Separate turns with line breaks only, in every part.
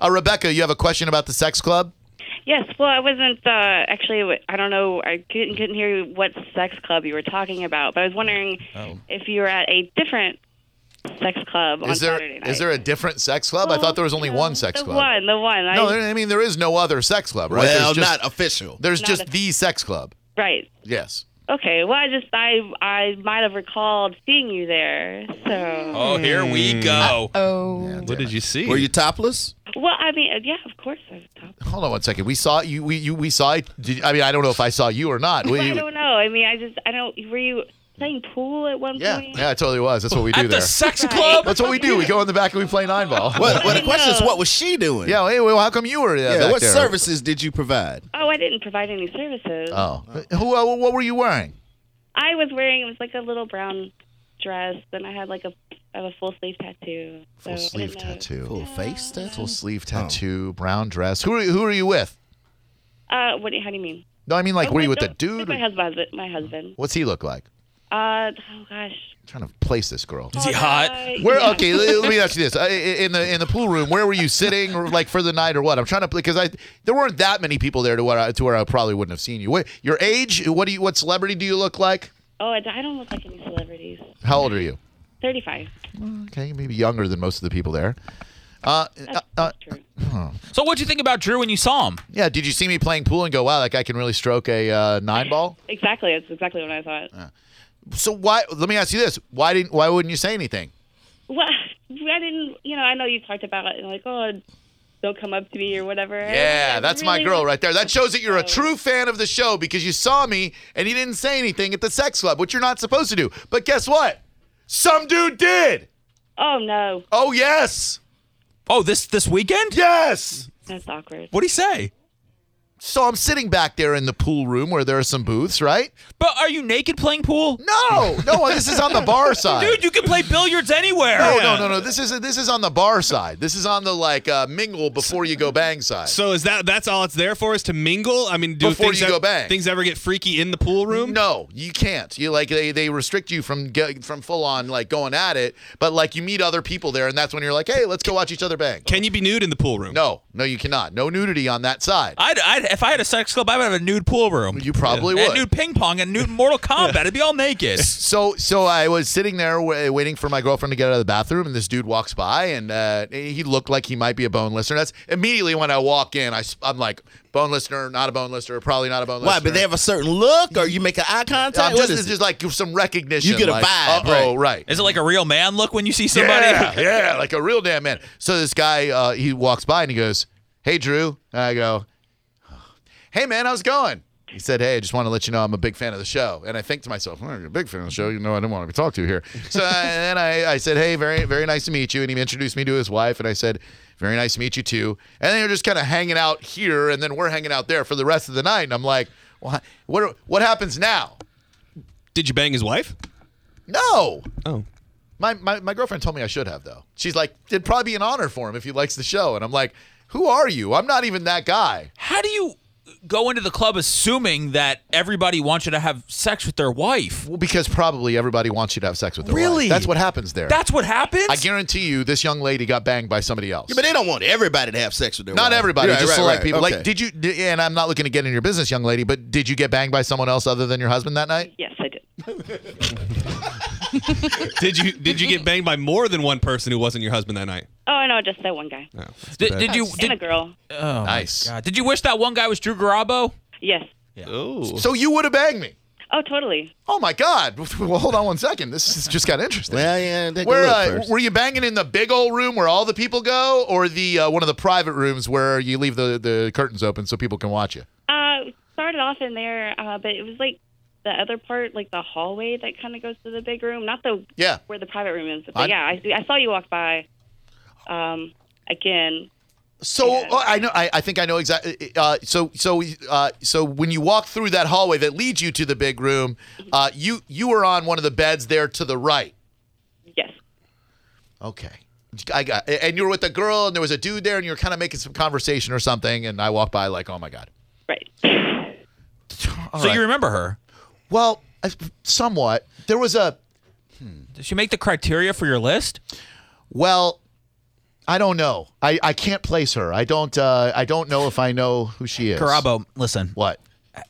Uh, Rebecca, you have a question about the sex club?
Yes, well, I wasn't uh, actually. I don't know. I couldn't, couldn't hear what sex club you were talking about, but I was wondering
Oh.
if you were at a different sex club on
Is there
Saturday night.
is there a different sex club? I thought there was only one sex
the
club.
one, the one. I,
No, there- I mean there is no other sex club, right?
Well,
there's just,
not official.
there's
Not
just
a-
the sex club.
right.
Yes.
Okay. Well, I just I I might have recalled seeing you there.
Mm.
So.
Oh, here we go.
Oh.
what did you see?
Hmm. Were you topless?
Well, I mean, uh, yeah, of course. I was top.
Hold on one second. We saw you. We you, we saw. Did, I mean, I don't know if I saw you or not. We,
I don't know. I mean, I just I don't. Were you playing pool at one
yeah,
point?
yeah, I totally was. That's what we do
at
there.
the sex club?
That's what we do. We go in the back and we play nine ball.
Well, well, the
I
question is,
know.
what was she doing?
Yeah. Hey, well, how come you were? Uh,
Yeah,
back
what
there?
services did you provide?
Oh, I didn't provide any services.
Oh, who? Uh, what were you wearing?
I was wearing it was like a little brown dress, and I had like a I have a full sleeve tattoo. So I
Full
didn't
sleeve
know.
tattoo.
Full face tattoo?
Full sleeve tattoo. Brown dress. Who are you, who are you with?
Uh, what? do you- How do you mean?
No, I mean like,
Oh,
were
my-
you with the
don't-
dude?
My husband. My husband.
What's he look like?
Uh, oh gosh.
I'm trying to place this girl.
Is he hot?
Uh,
Where
yeah.
okay, let, let me ask you this: Uh, i- in the in the pool room, where were you sitting, or, like for the night, or what? I'm trying to because I there weren't that many people there to where I, to where I probably wouldn't have seen you. What, your age? What do you? What celebrity do you look like?
Oh, I, I don't look like any celebrities.
How old are you?
Thirty-five.
Okay, maybe younger than most of the people there. Uh, uh, uh,
That's true.
So what'd you think about Drew when you saw him?
yeah, did you see me playing pool and go, wow, that guy can really stroke a uh, nine ball?
Exactly. That's exactly what I thought.
So why? Let me ask you this: why didn't? Why wouldn't you say anything?
Well, I didn't. You know, I know you talked about it, like, oh, don't come up to me or whatever.
Yeah,
I
that's my
really
girl
was-
right there. That shows that you're a
Oh.
true fan of the show because you saw me and you didn't say anything at the sex club, which you're not supposed to do. But guess what? Some dude did.
Oh no,
Oh yes,
Oh, this this weekend?
yes.
that's awkward.
What'd he say?
So I'm sitting back there in the pool room where there are some booths, right?
But are you naked playing pool?
No, no, this is on the bar side.
Dude, you can play billiards anywhere.
no, no, no, no. This is this is on the bar side. This is on the like uh, mingle before you go bang side.
So is that that's all it's there for is to mingle? I mean, do
Before
things
you
ev-
go bang.
things ever get freaky in the pool room?
No, you can't. You like they, they restrict you from get, from full on like going at it, but like you meet other people there, and that's when you're like, hey, let's go watch each other bang.
Can you be nude in the pool room?
No, no, you cannot. No nudity on that side.
I'd, I'd, if I had a sex club, I would have a nude pool room.
You probably
And
would.
nude ping pong and nude Mortal Kombat. It'd be all naked.
So so I was sitting there wa waiting for my girlfriend to get out of the bathroom, and this dude walks by, and uh, he looked like he might be a bone listener. That's immediately when I walk in. I, am like, bone listener, not a bone listener, probably not a bone
Why?
listener.
But they have a certain look, or you make an eye contact.
I'm
What
just,
is
it's
it?
just like some recognition.
You get a
like,
vibe,
Oh, right.
Is it like a real man look when you see somebody?
Yeah, yeah, like a real damn man. So this guy, uh, he walks by and he goes, "Hey, Drew." And I go, "Hey, man, how's it going?" He said, "Hey, I just want to let you know I'm a big fan of the show." And I think to myself, well, "You're a big fan of the show. You know, I didn't want to be talked to here." So I, and then I, I said, "Hey, very, very nice to meet you." And he introduced me to his wife, and I said, "Very nice to meet you too." And they were just kind of hanging out here, and then we're hanging out there for the rest of the night. And I'm like, "What? What? What happens now?"
Did you bang his wife?
No.
Oh.
My, my, my girlfriend told me I should have though. She's like, it'd probably be an honor for him if he likes the show. And I'm like, who are you? I'm not even that guy.
How do you go into the club assuming that everybody wants you to have sex with their wife?
Well, because probably everybody wants you to have sex with their wife.
Really?
That's what happens there.
That's what happens?
I guarantee you, this young lady got banged by somebody else.
Yeah, but they don't want everybody to have sex with their
not
wife.
everybody,
Right,
just
right,
select
right.
people.
Okay.
Like, did you? Did, and I'm not looking to get in your business, young lady. But did you get banged by someone else other than your husband that night?
Yes, I did.
Did you did you get banged by more than one person who wasn't your husband that night?
Oh no, just that one guy
No.
Did, did you
and a
did,
girl.
oh my
Nice.
God. did you wish that one guy was Drew Garabo?
Yes.
Oh.
So you would have banged me.
Oh, totally.
Oh my God! Well, hold on one second. This is just got interesting.
Well, yeah. Take
Where
a look
uh,
first.
were you banging in the big old room where all the people go, or the uh, one of the private rooms where you leave the, the curtains open so people can watch you?
Uh, started off in there, uh, but it was like the other part, like the hallway that kind of goes to the big room, not the
Yeah.
where the private room is. But
I-
yeah, I, see- I saw you walk by. Um, again.
So
Yeah.
oh, I know. I, I think I know exactly. Uh, so so uh, so when you walk through that hallway that leads you to the big room, uh, you you were on one of the beds there to the right.
Yes.
Okay. I got and you were with a girl and there was a dude there and you were kind of making some conversation or something and I walked by like oh my god.
Right.
All
so
right.
you remember her?
well, I- somewhat. There was a
Did she make the criteria for your list?
Well, I don't know. I, I can't place her. I don't uh, I don't know if I know who she is.
Carabo, listen,
What?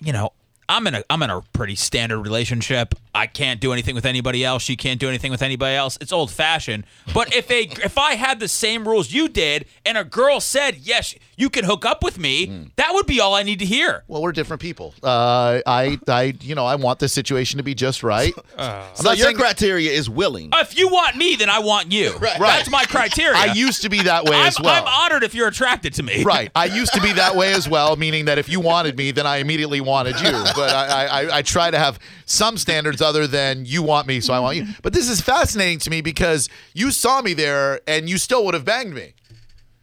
you know, I'm in a I'm in a pretty standard relationship. I can't do anything with anybody else. She can't do anything with anybody else. It's old fashioned. But if a if I had the same rules you did, and a girl said yes, you can hook up with me,
Hmm.
that would be all I need to hear.
Well, we're different people. Uh, I I you know I want the situation to be just right. I'm
So
not
your
saying
criteria is willing.
If you want me, then I want you. Right. That's my criteria.
I used to be that way
I'm,
as well.
I'm honored if you're attracted to me.
Right. I used to be that way as well, meaning that if you wanted me, then I immediately wanted you. But I, I- I, I try to have some standards other than you want me, so I want you. But this is fascinating to me because you saw me there and you still would have banged me.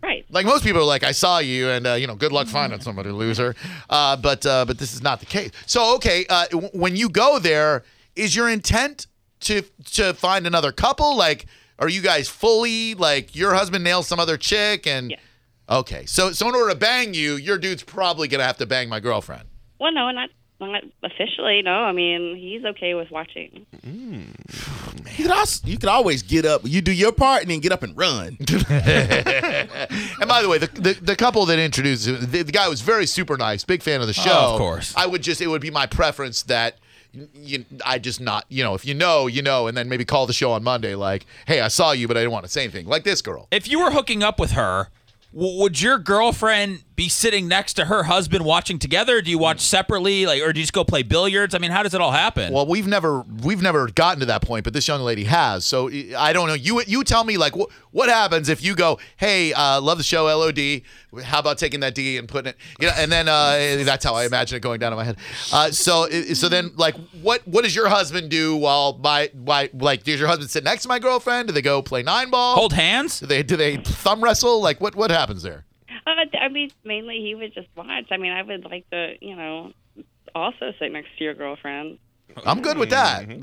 Right.
Like most people are like, I saw you, and uh, you know, good luck finding somebody, loser. Uh, but uh, but this is not the case. So okay, uh, w- when you go there, is your intent to to find another couple? Like, are you guys fully like your husband nails some other chick and?
Yeah.
Okay, so so in order to bang you, your dude's probably gonna have to bang my girlfriend.
Well, no, not not officially. No, I mean he's okay with watching.
You could, also, you could always get up. You do your part and then get up and run.
And by the way, the, the, the couple that introduced him, the, the guy was very super nice, big fan of the show.
of course.
I would just, it would be my preference that you, I just not, you know, if you know, you know, and then maybe call the show on Monday like, hey, I saw you, but I didn't want to say anything. Like this girl.
If you were hooking up with her, w- would your girlfriend be sitting next to her husband watching together? Do you watch separately, like, or do you just go play billiards? I mean, how does it all happen?
Well, we've never we've never gotten to that point, but this young lady has. So I- I don't know. You you tell me like what what happens if you go, hey, uh, love the show, LOD. How about taking that D and putting it, you know, and then uh, that's how I imagine it going down in my head. Uh, so i- so then like what what does your husband do while my why like does your husband sit next to my girlfriend? Do they go play nine ball?
Hold hands.
Do they do they thumb wrestle? Like what what happens there?
Uh, I mean, mainly he would just watch. I mean, I would like to, you know, also sit next to your girlfriend.
I'm good with
Mm-hmm.
that.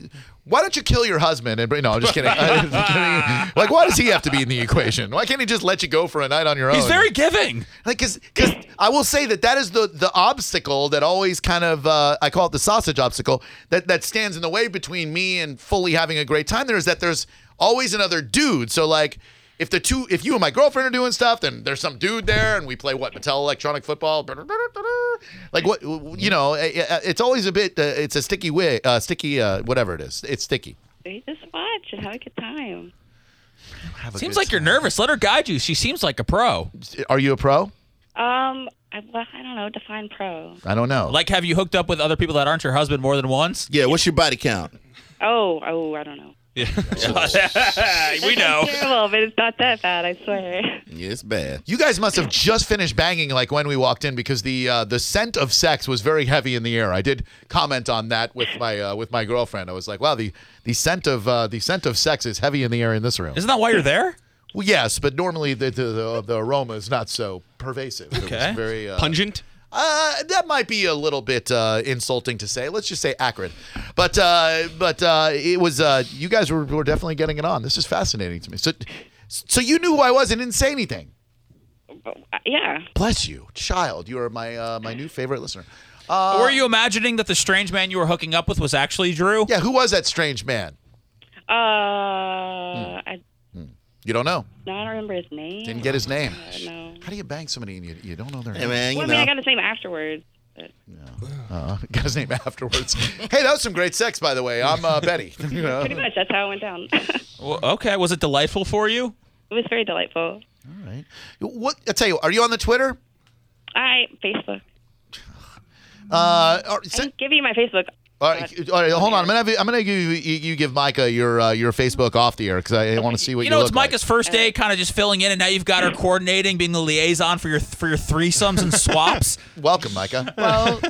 Like, why don't you kill your husband? And no, I'm just kidding. I'm just kidding. Like, why does he have to be in the equation? Why can't he just let you go for a night on your own?
He's very giving.
like, because I will say that that is the the obstacle that always kind of uh, I call it the sausage obstacle that that stands in the way between me and fully having a great time. There is that there's always another dude. So like. If the two, if you and my girlfriend are doing stuff, then there's some dude there, and we play what Mattel electronic football. Like what, you know, it's always a bit, uh, it's a sticky way, uh, sticky, uh, whatever it is, it's sticky.
You just watch and have a good time.
Seems like you're nervous. Let her guide you. She seems like a pro.
Are you a pro?
Um, I, well, I don't know. Define pro.
I don't know.
Like, have you hooked up with other people that aren't your husband more than once?
Yeah, what's your body count?
Oh, oh, I don't know.
we know.
It's terrible, but it's not that bad. I swear.
Yeah, it's bad.
You guys must have just finished banging like when we walked in because the uh, the scent of sex was very heavy in the air. I did comment on that with my uh, with my girlfriend. I was like, "Wow, the the scent of uh, the scent of sex is heavy in the air in this room."
Isn't that why you're there?
Well, yes, but normally the the, the, the aroma is not so pervasive. It was
Okay.
very uh,
Pungent.
uh, that might be a little bit uh, insulting to say. Let's just say acrid. But uh, but uh, it was uh, you guys were, were definitely getting it on. This is fascinating to me. So so you knew who I was and didn't say anything.
But, uh, yeah.
Bless you, child. You are my uh, my new favorite listener. Uh,
were you imagining that the strange man you were hooking up with was actually Drew?
Yeah, who was that strange man?
Uh, I,
You don't know.
no, I don't remember his name.
Didn't get his name.
Uh, no.
How do you bang somebody and you, you don't know their
Hey,
name?
man, you
Well, I
know.
mean, I got his name afterwards. But
Uh, got his name afterwards. hey, that was some great sex, by the way. I'm uh, Betty. You know?
pretty much, that's how it went down. it
Well, okay. Was it delightful for you?
was very delightful.
All right. What? I tell you, are you on the Twitter?
I Facebook.
Uh, are-
I didn't give you my Facebook.
all right, all right, hold on. I'm gonna have you, I'm gonna give you, you, you give Micah your uh, your Facebook off the air because I want to see what you,
You know,
look
it's Micah's first day, kind of just filling in, and now you've got her coordinating, being the liaison for your for your threesomes and swaps.
like. Welcome, Micah.
Well,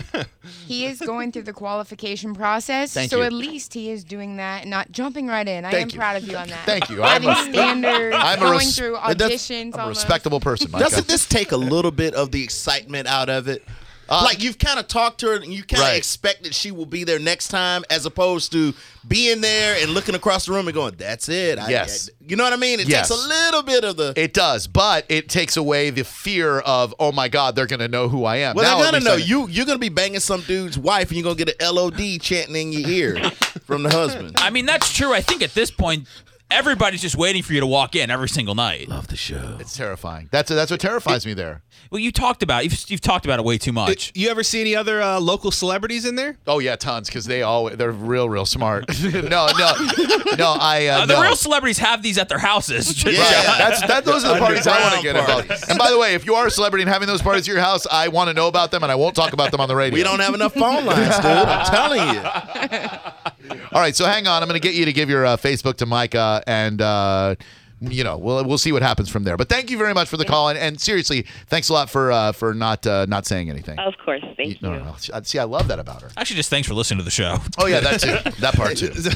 he is going through the qualification process,
Thank
so
you.
at least he is doing that, and not jumping right in. I
Thank
am
you.
proud of you on that.
Thank you. I'm
Having
a-
standards,
I'm a
going
res-
through
that- that's-
auditions.
I'm a
almost.
respectable person, Micah.
Doesn't this take a little bit of the excitement out of it? Uh, like you've kind of talked to her, and you kind of
Right.
expect that she will be there next time, as opposed to being there and looking across the room and going, "That's it." I-
Yes.
I- you know what I mean. It
Yes.
takes a little bit of the.
It does, but it takes away the fear of oh my god, they're gonna know who I am.
well,
Now
they're
at
gonna
least
know
I-
you. You're gonna be banging some dude's wife, and you're gonna get an LOD chanting in your ear from the husband.
I mean, that's true. I think at this point, everybody's just waiting for you to walk in every single night.
Love the show.
It's terrifying. That's that's what terrifies me there.
Well, you talked about it. you've, you've talked about it way too much.
You ever see any other uh, local celebrities in there?
Oh yeah, tons because they all they're real real smart. no no no. I uh,
Uh, the
no.
real celebrities have these at their houses.
Right. That's that. Those are the parties I want to get
Underground
involved. And by the way, if you are a celebrity and having those parties at your house, I want to know about them, and I won't talk about them on the radio.
We don't have enough phone lines, dude. I'm telling you.
All right, so hang on. I'm going to get you to give your uh, Facebook to Micah, and uh, you know we'll we'll see what happens from there. But thank you very much for the call, and, and seriously, thanks a lot for uh, for not uh, not saying anything.
Of course, Oh, thank you.
no, no, no. See, I love that about her.
Actually, just thanks for listening to the show.
Oh yeah, that too. That part too.